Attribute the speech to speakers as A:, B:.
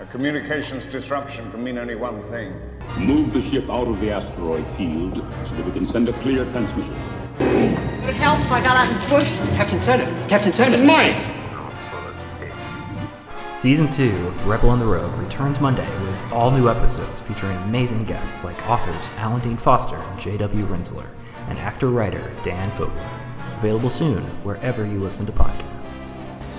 A: A communications disruption can mean only one thing.
B: Move the ship out of the asteroid field so that we can send a clear transmission.
C: It would help if I got out and pushed.
D: Captain Soda! Captain Soda! Mike!
E: Season 2 of Rebel on the Road returns Monday with all new episodes featuring amazing guests like authors Alan Dean Foster and J.W. Rinsler, and actor writer Dan Fogler. Available soon wherever you listen to podcasts.